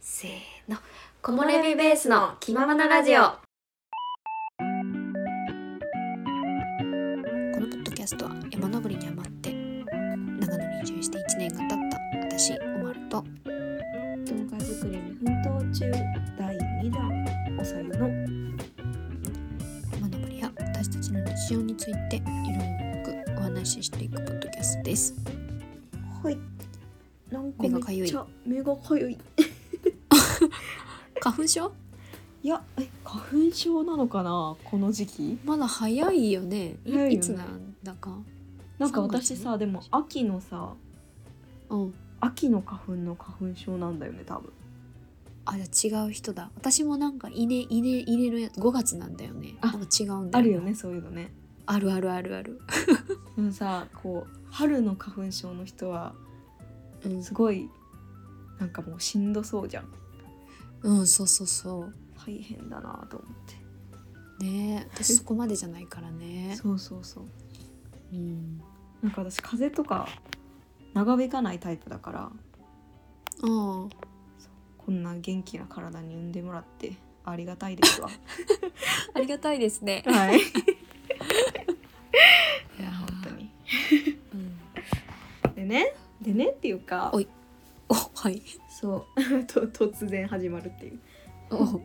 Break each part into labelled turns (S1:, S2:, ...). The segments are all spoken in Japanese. S1: せーの木漏れ日ベースの気ままなラジオ
S2: このポッドキャストは山登りにハマって長野に移住して1年が経った私おまると
S3: 動画作りに奮闘中第2弾おさゆの
S2: 山登りや私たちの日常についてゆるくお話ししていくポッドキャストです
S3: はいなんか
S2: 目が
S3: め
S2: 痒
S3: っ
S2: い
S3: ちゃ目がかゆい
S2: 花粉症
S3: いやえ花粉症なのかなこの時期
S2: まだ早いよねい
S3: 早いよね
S2: いつなんだか
S3: なんか
S2: そうですね
S3: 私さでも秋のさ
S2: うん
S3: 秋の花粉の花粉症なんだよね多分
S2: あじゃあ違う人だ私もなんか稲稲稲のやつ5月なんだよね
S3: あ
S2: なんか違うんだ
S3: あるよねそういうのね
S2: あるあるあるある、
S3: でもさこう春の花粉症の人は
S2: うん
S3: すごいなんかもうしんどそうじゃん
S2: うん、そうそうそう
S3: 大変だなと思って
S2: ねえ私そこまでじゃないから ね
S3: そうそうそう
S2: うん
S3: なんか私風邪とか長引かないタイプだから
S2: うん
S3: こんな元気な体に産んでもらってありがたいですわ。
S2: ありがたいですね
S3: はい。い
S2: いや
S3: や
S2: ー
S3: 本当に。
S2: うん
S3: でね、でねっていうか
S2: おい、おはい
S3: そう と突然始まるっていう。
S2: お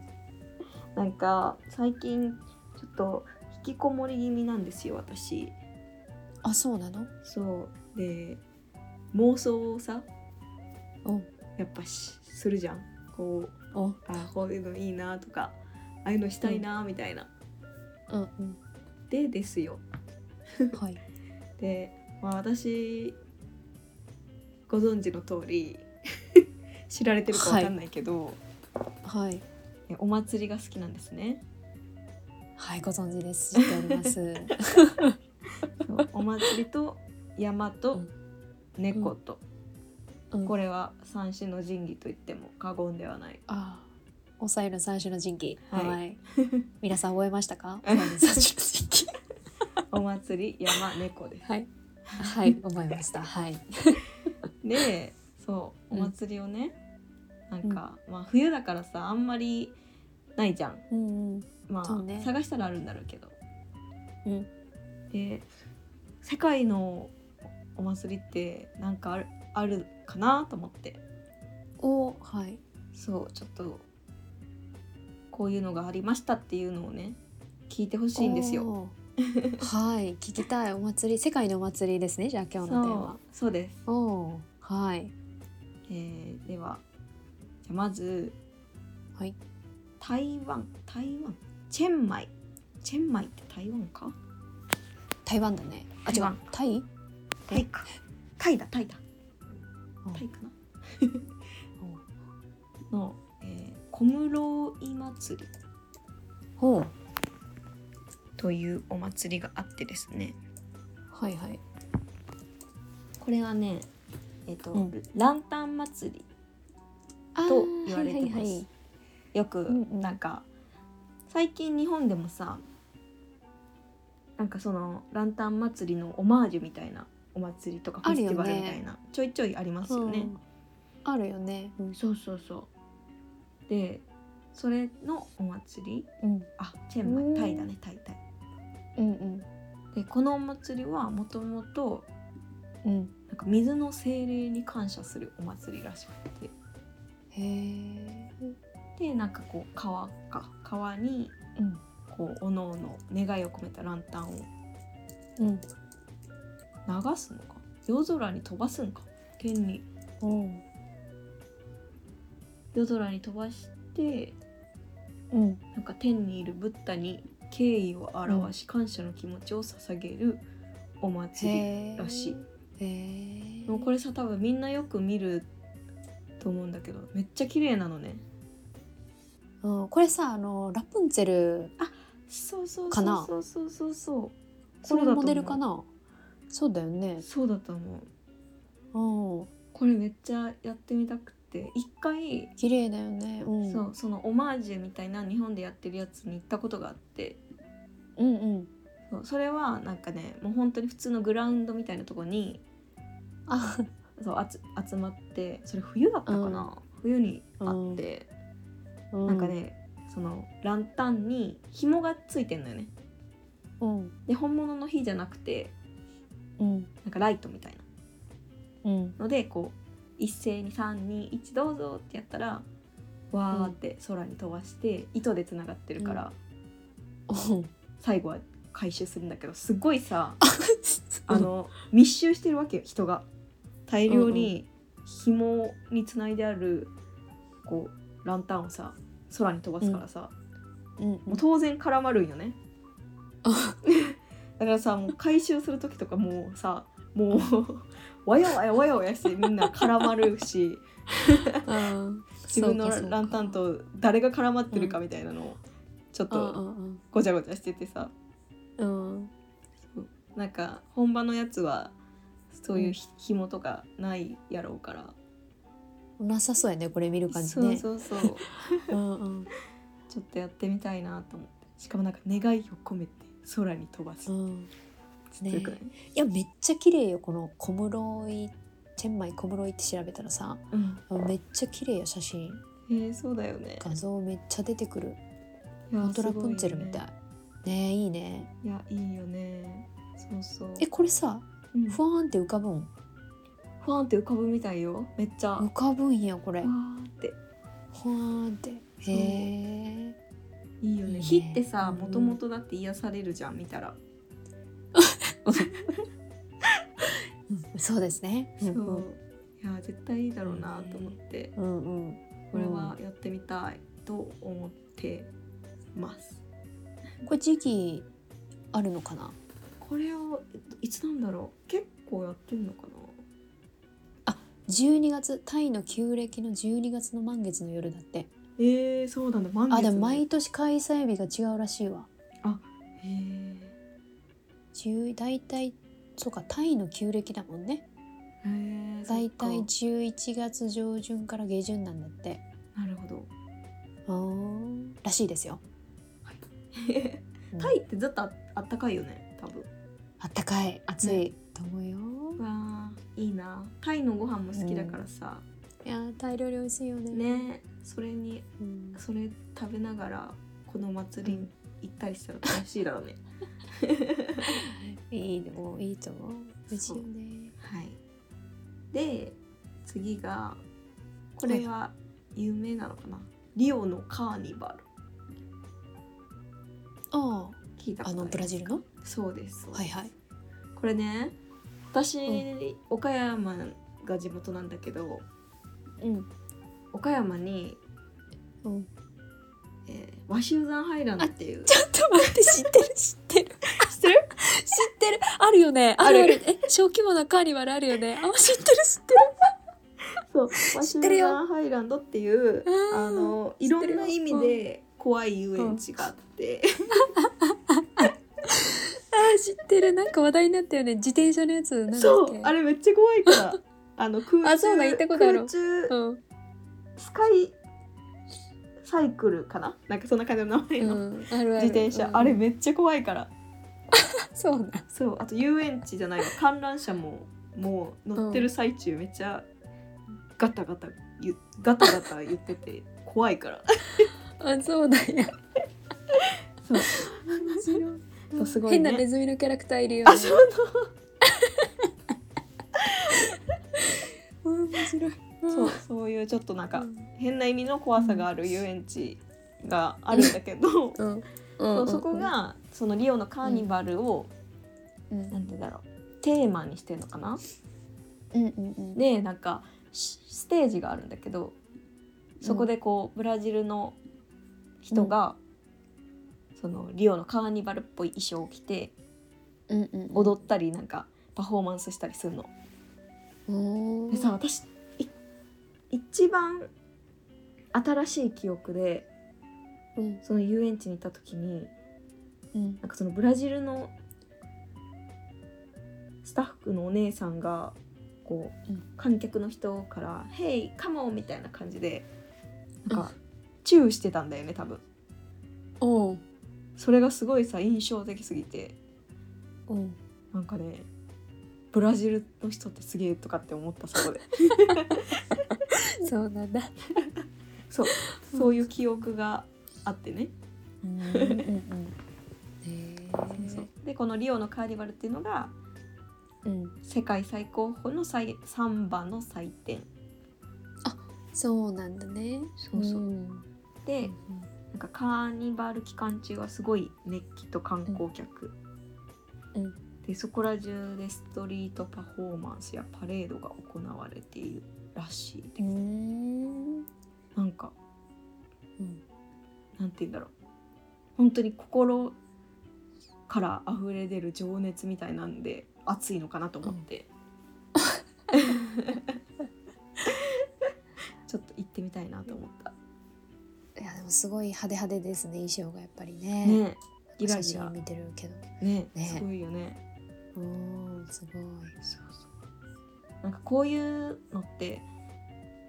S3: なんか最近ちょっと引きこもり気味なんですよ私。
S2: あそうなの
S3: そうで妄想をさ
S2: お
S3: やっぱしするじゃん。こう
S2: お
S3: あこういうのいいなとかああいうのしたいなみたいな。
S2: うん
S3: でですよ
S2: うんはい
S3: で、まあ、私ご存知の通り 知られてるかわかんないけど、
S2: はい
S3: えお祭りが好きなんです ね
S2: はいご存知です知っております
S3: そうお祭りと山
S2: う
S3: と
S2: ん
S3: 猫と、
S2: うん
S3: これは三種の神器と言っても過言ではない
S2: あ抑える三種の神器は、
S3: はいい
S2: 皆さん覚えましたか抑える三種の神器
S3: お祭り山猫です
S2: はいはい覚えましたはい
S3: でそうお祭りをね、なんか、まあ、冬だからさあんまりないじゃん
S2: うんうん
S3: ま
S2: そ
S3: あ、
S2: うね
S3: 探したらあるんだろうけど、
S2: うん
S3: で世界のお祭りってなんかあるあるかなと思って
S2: おはい
S3: そうちょっとこういうのがありましたっていうのをね聞いてほしいんですよ。
S2: おーはい聞きたいお祭り世界のお祭りですねじゃあ今日のテーマ
S3: そうそうです、
S2: おおーはい
S3: えーではじゃあまず、
S2: はい、
S3: 台湾台湾チェンマイチェンマイって台湾か
S2: 台湾だねあ違
S3: 台
S2: う
S3: 湾
S2: タイ
S3: タイかタイだタイだ
S2: うん
S3: タイかな の、えー小室井祭り
S2: ほう
S3: というお祭りがあってですね
S2: はいはい
S3: これはねえっ、と、
S2: うん
S3: ランタン祭り
S2: と
S3: と言われてます、よく
S2: んうん
S3: なんか、最近日本でもさなんかそのランタン祭りのオマージュみたいなお祭りとか
S2: あ
S3: フェ
S2: る
S3: ス
S2: よね
S3: ティバルみたいな、ちょいちょいありますよね、
S2: うんあるよね。うん
S3: そうそうそうでそれのお祭り
S2: うん
S3: あチェンマ
S2: うん
S3: イタイだねタイタイ
S2: うん
S3: でこのお祭りはもともと
S2: うん。
S3: なんか水の精霊に感謝するお祭りらしくて
S2: へえ。
S3: でなんかこう川か川に
S2: うん
S3: こうおのおの願いを込めたランタンを
S2: うん。
S3: 流すのか夜空に飛ばすんか天に
S2: おう
S3: 夜空に飛ばして
S2: うん。
S3: なんか天にいるブッダに敬意を表し感謝の気持ちを捧げるお祭
S2: へえ。
S3: らしい。
S2: へえ
S3: りもうこれさ多分みんなよく見ると思うんだけどめっちゃ綺麗なのね
S2: うん、これさあのラプンツェル
S3: そうそう
S2: かな
S3: そうそうそうそう
S2: これ
S3: そうだと思う
S2: モデルかなそうだよね
S3: そうだと思う
S2: うん
S3: これめっちゃやってみたくて一回、
S2: 綺麗だよねうん
S3: そうそのオマージュみたいな日本でやってるやつに行ったことがあって
S2: うんうん
S3: そうそれはなんかねもう本当に普通のグラウンドみたいなとこに
S2: あ
S3: そうあつ集まってそれ冬だったかな、冬にあって、
S2: な
S3: なんか、ねそのランタンに紐がついてんのよね
S2: うん
S3: で本物の火じゃなくて
S2: うん
S3: なんかライトみたいな
S2: うん、
S3: のでこう一斉に321どうぞってやったらわーって空に飛ばして糸でつながってるから、最後は回収するんだけどすごいさ あの密集してるわけよ人が大量に紐につないであるこうランタンをさ空に飛ばすからさ、
S2: うん
S3: もう当然絡まるん よねだからさもう回収する時とかもうさもうわやわやわやわやしてみんな絡まる し 自分のランタンと誰が絡まってるかみたいなのをちょっ
S2: う
S3: と
S2: ん
S3: ごちゃごちゃしててさ
S2: うん
S3: なんか本場のやつはそういうひ紐とかないやろうから、
S2: なさそうやねこれ見る感じ
S3: そう
S2: ね
S3: そうそう
S2: うんうん
S3: ちょっとやってみたいなと思ってしかもなんか願いを込めて空に飛ばす、
S2: うん
S3: 強くない、
S2: いやめっちゃ綺麗よこの小室井チェンマイ小室井って調べたらさ
S3: うん、
S2: めっちゃ綺麗や写真
S3: えー、そうだよね
S2: 画像めっちゃ出てくる
S3: いや
S2: 本当ラプンツェルみ
S3: すごいよ
S2: た
S3: ね
S2: いねえいいね
S3: いやいいよねそうそう
S2: えこれさ
S3: うん
S2: ふわーんって浮かぶん
S3: ふわんって浮かぶみたいよめっちゃわ
S2: 浮かぶんやこれ
S3: ーって
S2: ふわーんって
S3: そう
S2: へえ
S3: いいよ
S2: いい
S3: ね
S2: ね
S3: 火ってさ
S2: うん
S3: もともとだって癒されるじゃん見たら
S2: そうですね
S3: そううんいや絶対いいだろうなと思って
S2: うんうん
S3: これはやってみたいと思ってます
S2: これ時期あるのかな
S3: これをいつなんだろう結構やってんのかな
S2: 12月タイの旧暦の12月の満月の夜だって
S3: えー、そうなんだ満月
S2: あでも
S3: の
S2: 毎年開催日が違うらしいわ
S3: へー
S2: 10大体そうかタイの旧暦だもんね
S3: へーそっか
S2: 大体11月上旬から下旬なんだって
S3: なるほど
S2: あーらしいですよ
S3: タイってずっとああったかいよね多分
S2: あったかい暑いと思うよ、
S3: わーいいなタイのご飯も好きだからさ、
S2: いやータイ料理美味しいよね
S3: ねそれに
S2: うん
S3: それ食べながらこの祭りに行ったりしたら楽しいだろうね、
S2: いいねもういいと思う美味しいよね
S3: はいで次がこれは有名なのかな、リオのカーニバル
S2: あ
S3: 聞いた
S2: あ
S3: こ
S2: あ
S3: と
S2: の
S3: あ
S2: ブラ
S3: る
S2: ジルの
S3: そうですそうです
S2: はいはい
S3: これね私、
S2: う
S3: 岡山が地元なんだけど
S2: うん
S3: 岡山に、
S2: うん
S3: えー和集山ハイランドっていう
S2: ちょっと待って知ってる知ってる知ってる知ってるあるよねあるあるえ小規模なカーニバルあるよねあ知ってる知ってる
S3: そう、ワ
S2: 知
S3: シ
S2: っ
S3: ン
S2: てるよ
S3: ガンハイランドっていう、
S2: うん
S3: あの、い
S2: 知っ
S3: ろ
S2: てるよ
S3: んな意味で怖い遊園地があって。
S2: あー知ってるなんか話題になったよね自転車のやつなんだっけ
S3: そう、あ
S2: れ
S3: れめっちゃ怖 いから。あの、空中、
S2: あそうだ行ったことある
S3: 空中、
S2: うん
S3: スカイ。サイクルかな、なんかそんな感じの名前
S2: う
S3: の、
S2: んあるある
S3: 自転車、
S2: うん
S3: あれめっちゃ怖いから。
S2: そうなん
S3: そう、あと遊園地じゃないわ、観覧車も、もう乗ってる最中、めっちゃ。ガタガタ、ゆ、ガタガタ言ってて、怖いから。
S2: あそうなんや
S3: そう。そうすごいね
S2: 変なネズミのキャラクターいるよね
S3: あ、そうなの。
S2: うん面白い
S3: そう、そういうちょっとなんか
S2: う。ん
S3: 変な意味の怖さがある遊園地があるんだけど、
S2: うん
S3: そううんそこがそのリオのカーニバルを、
S2: うん
S3: なんて言うんだろうテーマにしてるのかな
S2: うんうんうん
S3: でなんかしステージがあるんだけどそこでこうブラジルの人が、そのリオのカーニバルっぽい衣装を着て
S2: うんうん
S3: 踊ったりなんかパフォーマンスしたりするの。
S2: おー
S3: でさ私い一番新しい記憶で
S2: うん
S3: その遊園地に行った時に
S2: うん
S3: なんかそのブラジルのスタッフのお姉さんがこう、
S2: うん
S3: 観客の人から「Hey, come on!」みたいな感じでなんかチューしてたんだよね多分
S2: おう
S3: それがすごいさ印象的すぎて
S2: おう
S3: なんかね ブラジルの人ってすげえとかって思ったそこで
S2: そうなんだ。
S3: そうそういう記憶があってね
S2: うんうんうん。えー、
S3: そうでこのリオのカーニバルっていうのが
S2: うん、
S3: 世界最高峰の最サンバの祭典
S2: そうなんだね。
S3: そうそうんでなんかカーニバル期間中はすごい熱気と観光客、
S2: うんう
S3: でそこら中でストリートパフォーマンスやパレードが行われているらしいです、
S2: うん。
S3: なんか
S2: うん。
S3: なんて言うんだろう本当に心から溢れ出る情熱みたいなんで熱いのかなと思って、 ちょっと行ってみたいなと思った
S2: いやでもすごい派手派手ですね衣装がやっぱりね。
S3: ねギラ
S2: 写
S3: ギラ
S2: 真見てるけど。
S3: ね
S2: ね
S3: すごいよね
S2: おーすごい。
S3: そうそうなんかこういうのって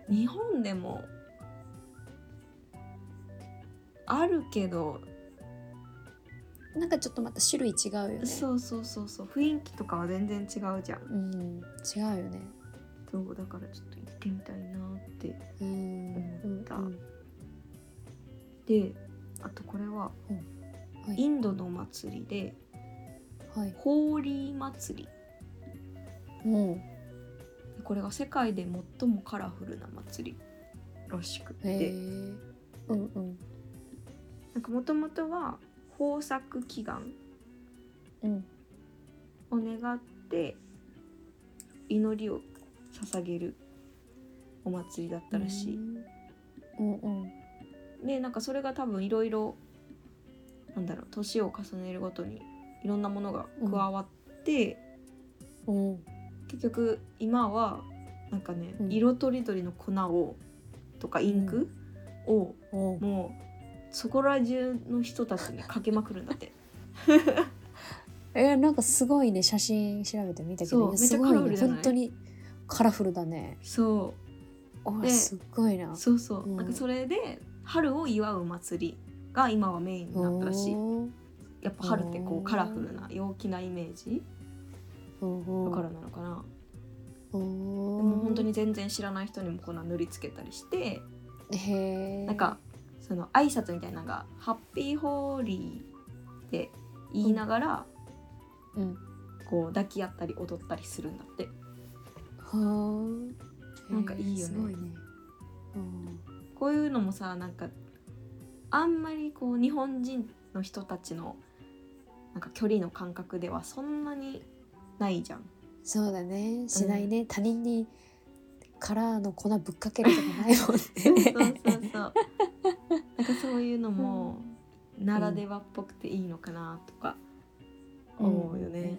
S3: 日本でもあるけど
S2: なんかちょっとまた種類違うよね。
S3: そうそうそうそう雰囲気とかは全然違うじゃん
S2: うん、違うよね。
S3: そうだからちょっと行ってみたいなって
S2: うん。
S3: 思った
S2: うん
S3: であとこれは、
S2: うんはい
S3: インドの祭りで
S2: はい。
S3: ホーリー祭り
S2: うん。
S3: これが世界で最もカラフルな祭りらしく
S2: へえ
S3: て
S2: うんうん。
S3: なんかもともとは豊作祈願
S2: うん。
S3: を願って祈りを捧げるお祭りだったらしい。
S2: うんうん。
S3: でなんかそれが多分いろいろなんだろう年を重ねるごとにいろんなものが加わって、
S2: うん。
S3: 結局今はなんかね、
S2: うん
S3: 色とりどりの粉をとかインクを
S2: うん。
S3: もうそこら中の人たちにかけまくるんだって
S2: えなんかすごいね写真調べてみたけど
S3: そう
S2: いやすごい
S3: めっちゃカラフル
S2: ね
S3: じゃない
S2: 本当にカラフルだね
S3: そ
S2: お
S3: です
S2: っごいな
S3: うそうそう、
S2: うん
S3: なんかそれで春を祝う祭りが今はメインになったらしい
S2: おー
S3: やっぱ春って
S2: お
S3: こ
S2: ー
S3: うカラフルな陽気なイメージ
S2: うんうん
S3: だからなのかな、
S2: おー
S3: でも本当に全然知らない人にもこんな塗りつけたりして
S2: へえ
S3: なんかその挨拶みたいなのが「ハッピーホーリー」って言いながら、
S2: うん
S3: こう抱き合ったり踊ったりするんだって
S2: はあ
S3: なんかいいよね
S2: へーすごいねうん
S3: こういうのもさなんかあんまりこう日本人の人たちのなんか距離の感覚ではそんなにないじゃん
S2: そうだねしないね、他人にからの粉ぶっかけるとかないも んね
S3: そうそうそう なんかそういうのもならではっぽくていいのかなとか思うよね、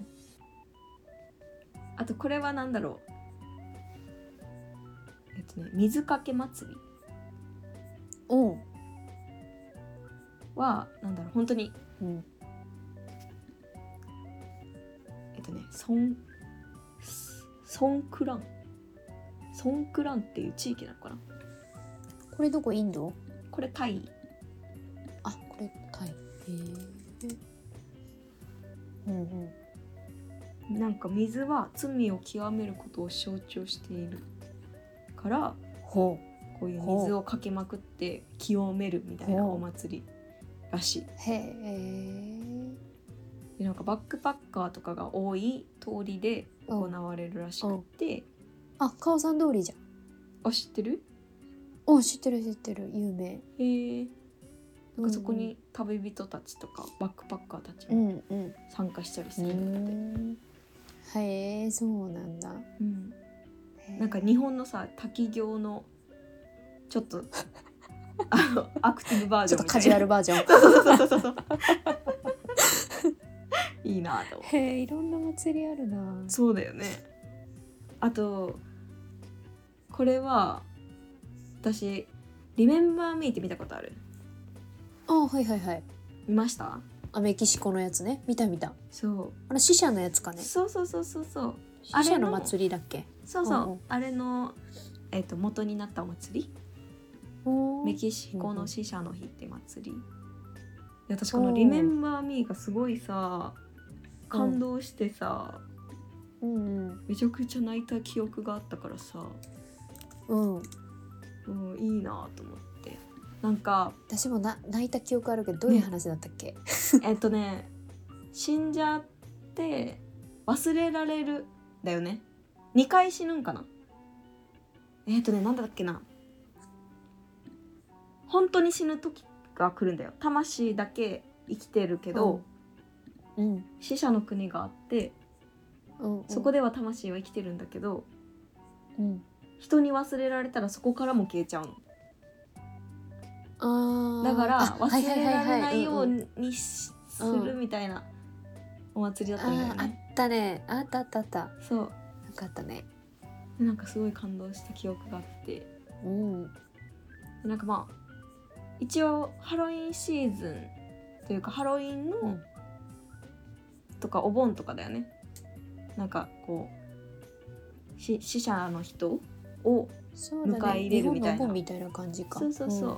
S3: あとこれは何だろうえっとね水かけ祭り
S2: うん
S3: はなんだろう本当に
S2: うん
S3: えっとねソンソンクランソンクランっていう地域なのかな
S2: これどこインド
S3: これタイ
S2: あこれタイへえうんうん
S3: なんか水は罪を極めることを象徴しているから
S2: ほう
S3: こういう
S2: ほう
S3: 水をかけまくって清めるみたいなお祭りらしい
S2: へえ。
S3: でなんかバックパッカーとかが多い通りで行われるらしくて、
S2: あ、カオさん通りじゃん。
S3: あ知ってる
S2: お、知ってる知ってる、有名。
S3: へーなんかそこ
S2: うんう
S3: に旅人たちとかバックパッカーたち
S2: う
S3: も
S2: んうん。
S3: 参加したりす
S2: う
S3: るんだって、
S2: ん。へえ、そうなんだ。
S3: うん
S2: へー
S3: なんか日本のさ滝行のちょ っとあのアクティブバー
S2: ち
S3: ジ
S2: ょっ
S3: ョ
S2: と
S3: ンみ
S2: カ
S3: たい
S2: ジュア
S3: な
S2: ルバージョン。
S3: そうそうそうそうそういいなと思う
S2: へえ、いろんな祭りあるな。
S3: そうだよねあとこれは私「リメンバー・ミー」って見たことある
S2: あ、はいはいはい。
S3: 見ました
S2: あ、メキシコのやつね。見た見た。
S3: そ
S2: あの死者のやつか
S3: う、
S2: ね。
S3: そうそうそうそうそうあ
S2: 死
S3: れ
S2: 者
S3: の
S2: の祭りだっけ。
S3: そうそう、
S2: うんうん
S3: あれの、えっと元になったお祭り
S2: お
S3: メ
S2: ー
S3: キシコの死者の日って祭り、いや私こ
S2: お
S3: の
S2: ー
S3: 「リメンバー・ミー」がすごいさ感動してさ、
S2: うん
S3: めちゃくちゃ泣いた記憶があったからさ
S2: うん。うん。
S3: うん、いいなと思ってなん か
S2: 私もな泣いた記憶あるけどどういう話だったっけ、
S3: えっとね死んじゃって忘れられるだよね2回死ぬんかなえっとねなんだっけな本当に死ぬ時が来るんだよ魂だけ生きてるけど、
S2: うん
S3: 死者の国があって
S2: うん、
S3: そこ
S2: で、
S3: では魂は生きてるんだけど
S2: うん、
S3: 人に忘れられたらそこからも消えちゃうの
S2: あー
S3: だから
S2: あ
S3: 忘れられないよ
S2: は
S3: う
S2: はははんん
S3: にしす
S2: うん
S3: るみたいなお祭りだったんだよ
S2: あーあ
S3: ね
S2: ったねあったあったあったな
S3: そう
S2: かったね
S3: でなんかすごい感動した記憶があって
S2: うん
S3: でなんかまあ一応ハロウィンシーズンというかハロウィンの、
S2: うん
S3: とかお盆とかだよねなんかこうし死者の人を
S2: そうだね
S3: 迎え入れるみたいな
S2: 日本のお盆みたいな感じか
S3: そうそうそう、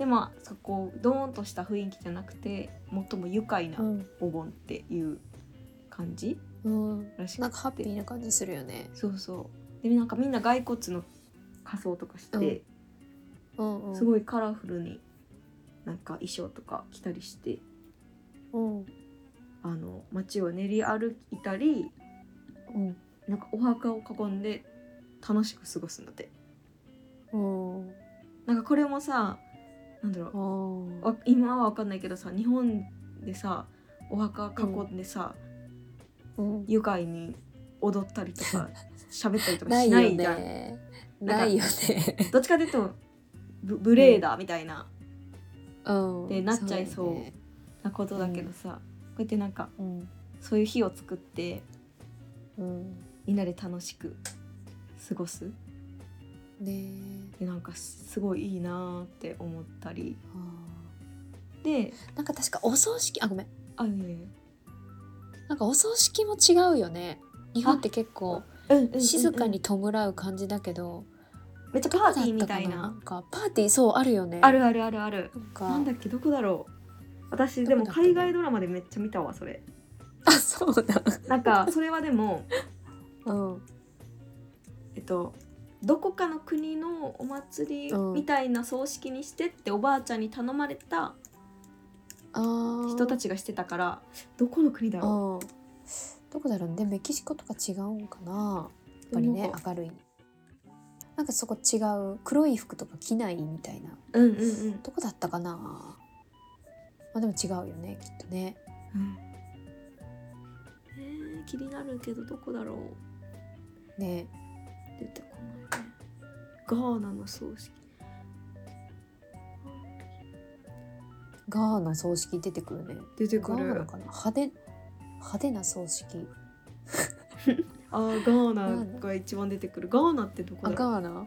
S3: でもそこドーンとした雰囲気じゃなくて最も愉快な
S2: うん、
S3: お盆っていう感じ
S2: うんうん、
S3: らしくて
S2: なんかハッピーな感じするよね
S3: そうそうでなんかみんな骸骨の仮装とかして、
S2: うんうん
S3: すごいカラフルになんか衣装とか着たりして
S2: うん
S3: あの街を練り歩いたり
S2: うん
S3: なんかお墓を囲んで楽しく過ごすんだって
S2: うんあ
S3: なんかこれもさなんだろう
S2: ー
S3: わ今は分かんないけどさ日本でさお墓囲んでさ、
S2: うん
S3: 愉快に踊ったりとか 喋ったりとか
S2: な
S3: し
S2: い
S3: な
S2: よ
S3: いじゃん
S2: ね
S3: なんか
S2: ないよね
S3: どっちかというとブ無礼だみたいな
S2: うん
S3: でなっちゃいそう
S2: だよね
S3: なことだけどさ、こうやってなんか
S2: うん
S3: そういう日を作って
S2: うん
S3: みんなで楽しく過ごす
S2: ねえ
S3: でなんかすごいいいなーって思ったり
S2: あー
S3: で
S2: なんか確かお葬式あごめん
S3: あいやいや
S2: なんかお葬式も違うよね日本って結構
S3: うんうんうん
S2: 静かに弔う感じだけど、
S3: めっちゃパーティーみたい
S2: な
S3: なん
S2: かパーティーそうあるよね
S3: あるあるあるある
S2: なんか
S3: なんだっけどこだろう私で
S2: どこ
S3: も
S2: だったの
S3: 海外ドラマでめっちゃ見たわそれ
S2: あそうだ
S3: なんかそれはでも
S2: うん
S3: えっとどこかの国のお祭りみたいな葬式にしてっておばあちゃんに頼まれた
S2: あ
S3: 人た
S2: ち
S3: ちがしてたからどこの国だ
S2: う
S3: ろ
S2: んどこだろうねメキシコとか違うんかなやっぱりね明るいなんかそこ違う黒い服とか着ないみたいな
S3: ううんうんうん、
S2: どこだったかなまあでも違うよねきっとね
S3: うんえー気になるけどどこだろう
S2: ね
S3: 出てこないねガーナの葬式
S2: ガーナ葬式出てくるね
S3: 出て
S2: ガーナかな派手派手な葬式
S3: あーガーナが一番出てくるガーナってどこ
S2: あ
S3: だろう
S2: ガーナ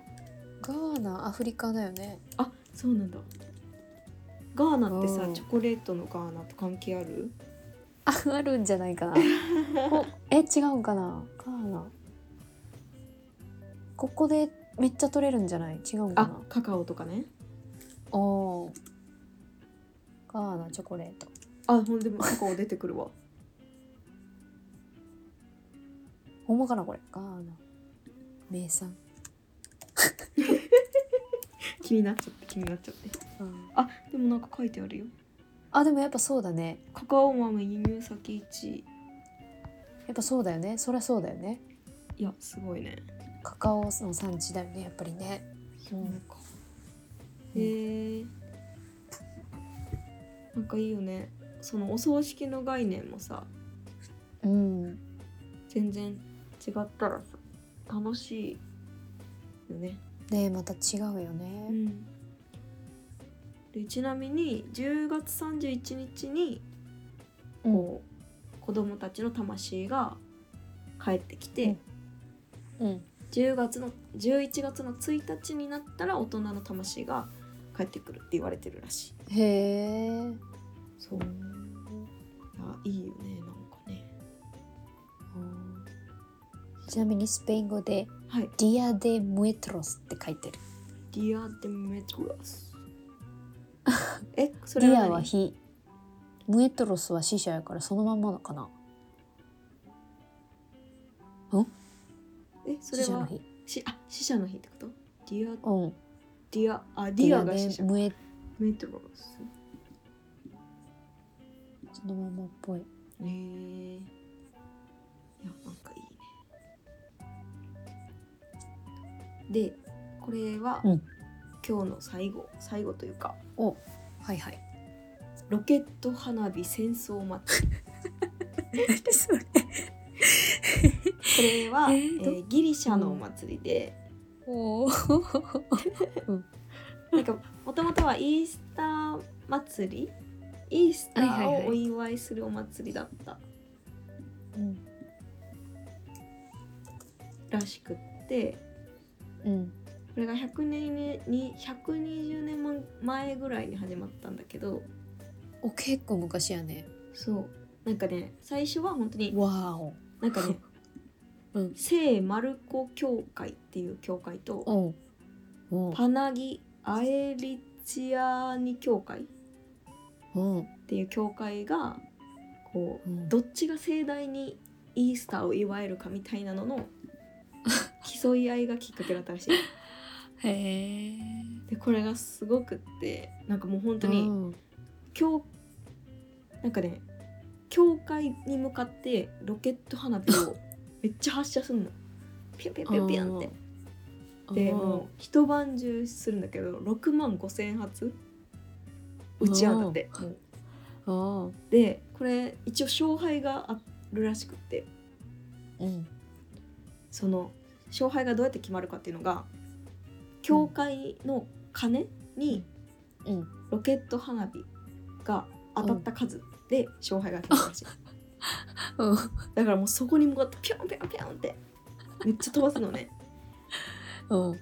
S2: ガーナアフリカだよね
S3: あそうなんだガーナってさ
S2: うん
S3: チョコレートのガーナと関係ある
S2: ああるんじゃない かなおえ違うんかなガーナここでめっちゃ取れるんじゃない違うんか
S3: あ
S2: な
S3: カカオとかね
S2: おーガーナチョコレート
S3: あほんでもカカオ出てくるわ
S2: ほんまかなこれガーナ名産
S3: 気になっちゃって気になっちゃって
S2: うん
S3: あでもなんか書いてあるよ
S2: あでもやっぱそうだね
S3: カカオ豆輸入先1位
S2: やっぱそうだよねそりゃそうだよね
S3: いやすごいね
S2: カカオの産地だよねやっぱりねうん
S3: かへえなんかいいよねそのお葬式の概念もさ
S2: うん
S3: 全然違ったらさ楽しいよね
S2: ねまた違うよ
S3: う
S2: ね
S3: んでちなみに10月31日にこう、子供たちの魂が帰ってきて、
S2: うんうん
S3: 10月の11月の1日になったら大人の魂が帰ってくるって言われてるらしい
S2: へえ
S3: そうあいいよねなんかね
S2: うんちなみにスペイン語で
S3: はい
S2: 「ディア・デ・ムエトロス」って書いてる。
S3: ディアデメトラスえそ
S2: デ
S3: れ
S2: ィ
S3: は
S2: アは
S3: 何
S2: 火、ムエトロスは死者やからそのまんまのかな。
S3: えそ
S2: 死
S3: れ
S2: 者の
S3: は
S2: 日。
S3: しあ死者の日ってことディア
S2: うん。
S3: ディアあデ
S2: デ
S3: ィ
S2: ィ
S3: ア
S2: ア
S3: が死
S2: で
S3: 者
S2: ムエ
S3: メトロス
S2: そのままっぽい
S3: へえいやなんかいいねでこれは、
S2: うん
S3: 今日の最後最後というか
S2: はいはい
S3: ロケット花火戦争祭り
S2: それ
S3: これ は、
S2: え
S3: え
S2: ーど
S3: ーギリシャのお祭りで、
S2: おー
S3: なんかもともとはイースター祭りイースター
S2: はいはいはい
S3: をお祝いするお祭りだった
S2: うん
S3: らしくって、
S2: うん
S3: これが100年にに120年も前ぐらいに始まったんだけど
S2: お結構昔やね
S3: そうなんかね最初は本当に
S2: わーお
S3: なんかね
S2: うん
S3: 聖マルコ教会っていう教会と
S2: おうおう
S3: パナギアエリチアニ教会っ
S2: おう
S3: ていう教会がこ
S2: うん
S3: うどっちが盛大にイースターを祝えるかみたいなの の競い合いがきっかけだったらしい。
S2: へえ
S3: でこれがすごくってなんかもう本当に
S2: 本
S3: 教なんかね教会に向かってロケット花火をめっちゃ発射するのピュンピュンピュンピュンってでもう一晩中するんだけど6万5千発打ち合うんだっても
S2: うおう
S3: うでこれ一応勝敗があるらしくって
S2: うん
S3: その勝敗がどうやって決まるかっていうのが教会の鐘に
S2: うん
S3: ロケット花火が当たった数で勝敗が決まるらしい。
S2: うん
S3: だからもうそこに向かってピョンピョンピョンってめっちゃ飛ばすのね
S2: うん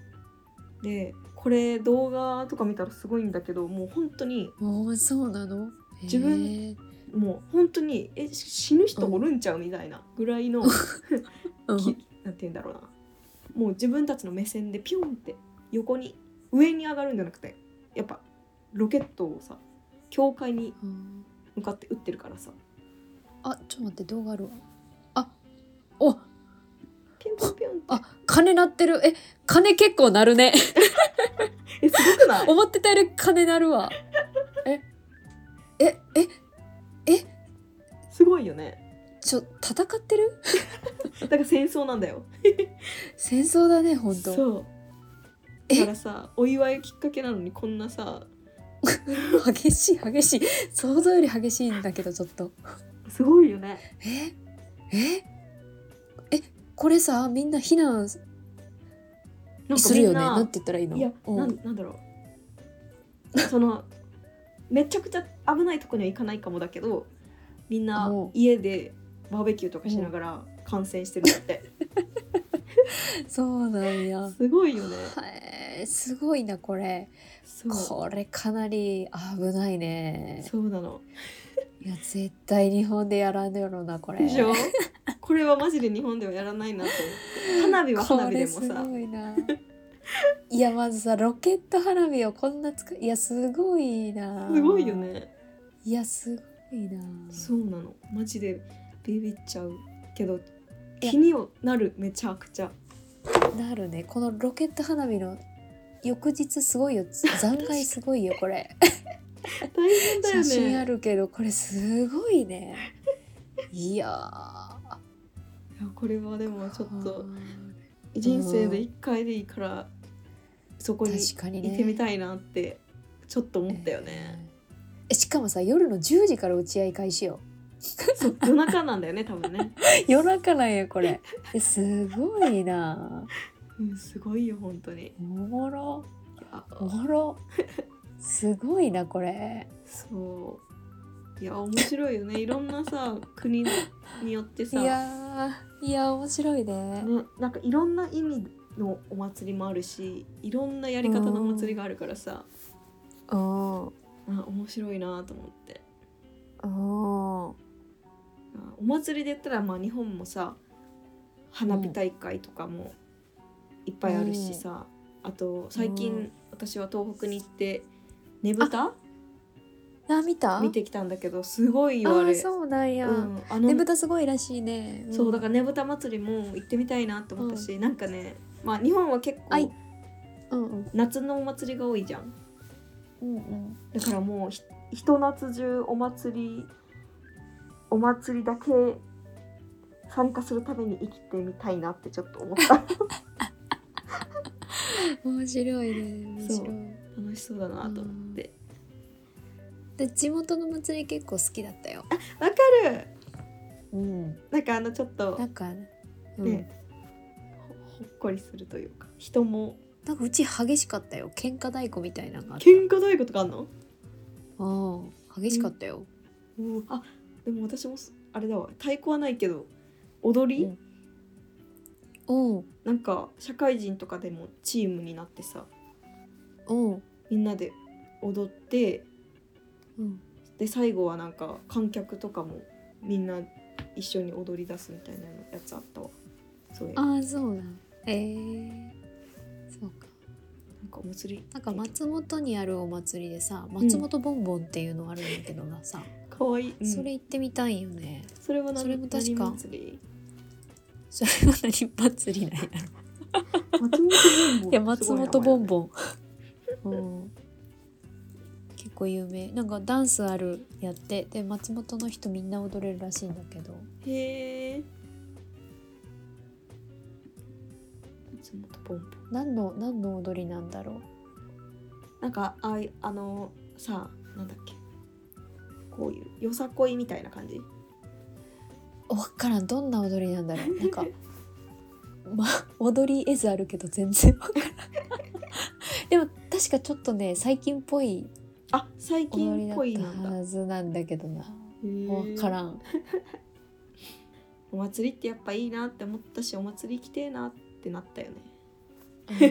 S3: でこれ動画とか見たらすごいんだけどもう本当に
S2: おうそうなの
S3: 自分
S2: へえ
S3: もう本当にえし死ぬ人おるんちゃうみたいなぐらいの、
S2: うん
S3: きなんて言うんだろうなもう自分たちの目線でピョンって横に上に上がるんじゃなくてやっぱロケットをさ教会に
S2: うん
S3: 向かって撃ってるからさ
S2: あちょっと待って動画あるわあお
S3: ピョンピョンピョンって
S2: あ鐘鳴ってるえ鐘結構鳴るね
S3: えすごくない
S2: 思ってたより鐘鳴るわえええ
S3: すごいよね
S2: ちょ戦ってる
S3: だから戦争なんだよ
S2: 戦争だね本当
S3: そう
S2: え
S3: だからさお祝いきっかけなのにこんなさ
S2: 激しい激しい想像より激しいんだけどちょっと
S3: すごいよね
S2: えええこれさみんな避難す
S3: なんか
S2: る
S3: み
S2: よ
S3: ん
S2: ね
S3: な
S2: なんて言ったらいいの
S3: いや、
S2: うん
S3: なんなんだろうそのめちゃくちゃ危ないとこには行かないかもだけどみんな
S2: うん
S3: 家でバーベキューとかしながら観戦してるんだって、
S2: そうなんやは
S3: すごいよね
S2: いすごいなこれ
S3: そ
S2: こ
S3: う
S2: れかなり危ないね
S3: そうなの
S2: いや絶対日本でやらんだろうなこれ
S3: でしょこれはマジで日本ではやらないなと思って花火は花火でも
S2: これす
S3: さ
S2: ごいな いやまずさロケット花火をこんな使ういやすごいな
S3: すごいよね
S2: いやすごいな
S3: そうなのマジでビビっちゃうけど
S2: いや
S3: 気になるめちゃくちゃ
S2: なるねこのロケット花火の翌日すごいよ残骸すごいよこれ、
S3: 大変 だよ
S2: 写真あ
S3: ね
S2: るけどこれすごいねいやー
S3: いやこれはでもちょっと人生で一回でいいからそこに
S2: 確
S3: い
S2: かにね
S3: てみたいなってちょっと思った よね、
S2: えしかもさ夜の10時から打ち合い開始よ
S3: そう夜中なんだよね多分ね、
S2: 夜中なんやこれえすごいな
S3: うん、すごいよ本当に
S2: おもろ
S3: いや
S2: おもろすごいなこれ
S3: そういや面白いよねいろんなさ国によって
S2: い
S3: さ、
S2: やーいや面白いね
S3: ね、なんかいろんな意味のお祭りもあるしいろんなやり方のお祭りがあるからさ、
S2: うんうん
S3: あ面白いなと思ってあお祭りで言ったらまあ日本もさ花火大会とかもいっぱいあるしさ、あと最近、
S2: うん
S3: 私は東北に行ってねぶた
S2: あ見た
S3: 見てきたんだけどすごい
S2: あ
S3: よあれ
S2: ーそうなんや、
S3: うんあの
S2: ねぶたすごいらしいね、ん
S3: そうだからねぶた祭りも行ってみたいなと思ったし、なんかねまあ日本は結構
S2: はいうんうん
S3: 夏のお祭りが多いじゃん
S2: うんうん
S3: だからもうひひと夏中お祭りお祭りだけ参加するために生きてみたいなってちょっと思った
S2: 面白いね面
S3: そ
S2: 白
S3: う
S2: い
S3: 楽しそうだなと思って
S2: で地元の祭り結構好きだったよ
S3: わかる
S2: うん
S3: なんかあのちょっと
S2: なんか、うん
S3: ねほほっこりするというか人も
S2: なんかうち激しかったよ喧嘩太鼓みたいなのがあった
S3: 喧嘩どういうことがあんの
S2: ああ激しかったよ、
S3: あでも私もそあれだわ太鼓はないけど踊り、
S2: うんうん、
S3: なんか社会人とかでもチームになってさ
S2: うん
S3: みんなで踊って
S2: うん
S3: で最後はなんか観客とかもみんな一緒に踊り出すみたいなやつあったわそういうなん
S2: ああそうだえー、そうか
S3: かお祭り
S2: なんか松本にあるお祭りでさ松本ボンボンっていうのあるんだけどなさ、
S3: かわいい、うん
S2: それ行ってみたいよね
S3: それは何
S2: それも確か
S3: 何祭り
S2: それは何祭りなんやろ
S3: 松本ボンボン
S2: いや松本ボンボン、うん、結構有名なんかダンスあるやってで松本の人みんな踊れるらしいんだけど
S3: ンへえ松本ボンボン
S2: 何の何の踊りなんだろ
S3: なんかあいあのさなんだっけこういうよさこいみたいな感じ
S2: う分からんどんな踊りなんだろうなん かま踊り絵図あるけど全然分からんでも確かちょっとね最近っぽい
S3: あ最
S2: 踊り
S3: 近
S2: だ
S3: っぽいな
S2: っ
S3: ん
S2: た
S3: だ
S2: はずなんだけどな
S3: 分
S2: 分からん
S3: お祭りってやっぱいいなって思ったしお祭り来てえなってなったよね
S2: うんじ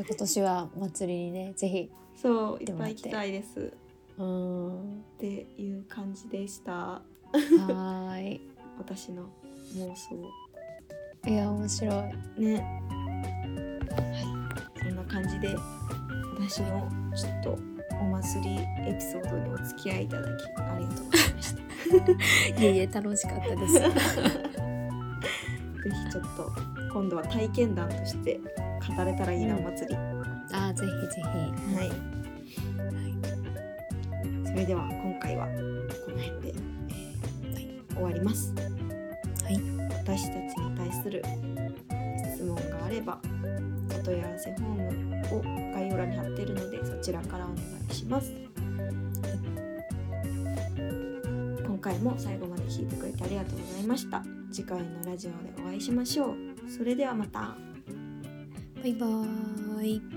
S2: ゃあ今年は祭りにねぜひ
S3: そうい
S2: で
S3: っ
S2: も
S3: ぱ
S2: だっ
S3: い
S2: て
S3: 行きたいです
S2: うん
S3: っていう感じでした
S2: はーい。
S3: 私の妄想
S2: いや面白い。
S3: ねはいそんな感じで私のちょっとお祭りエピソードにお付き合いいただきありがとうございましたぜ
S2: いえいえ楽しかったです。
S3: ひちょっと今度は体験談として語れたらいいなお祭り、
S2: あーぜひぜひ。
S3: はいそれでは今回はこの辺で、えー終わります。
S2: はい。
S3: 私たちに対する質問があればお問い合わせフォームを概要欄に貼っているのでそちらからお願いします。今回も最後まで聞いてくれてありがとうございました。次回のラジオでお会いしましょう。それではまた。
S2: バイバーイ。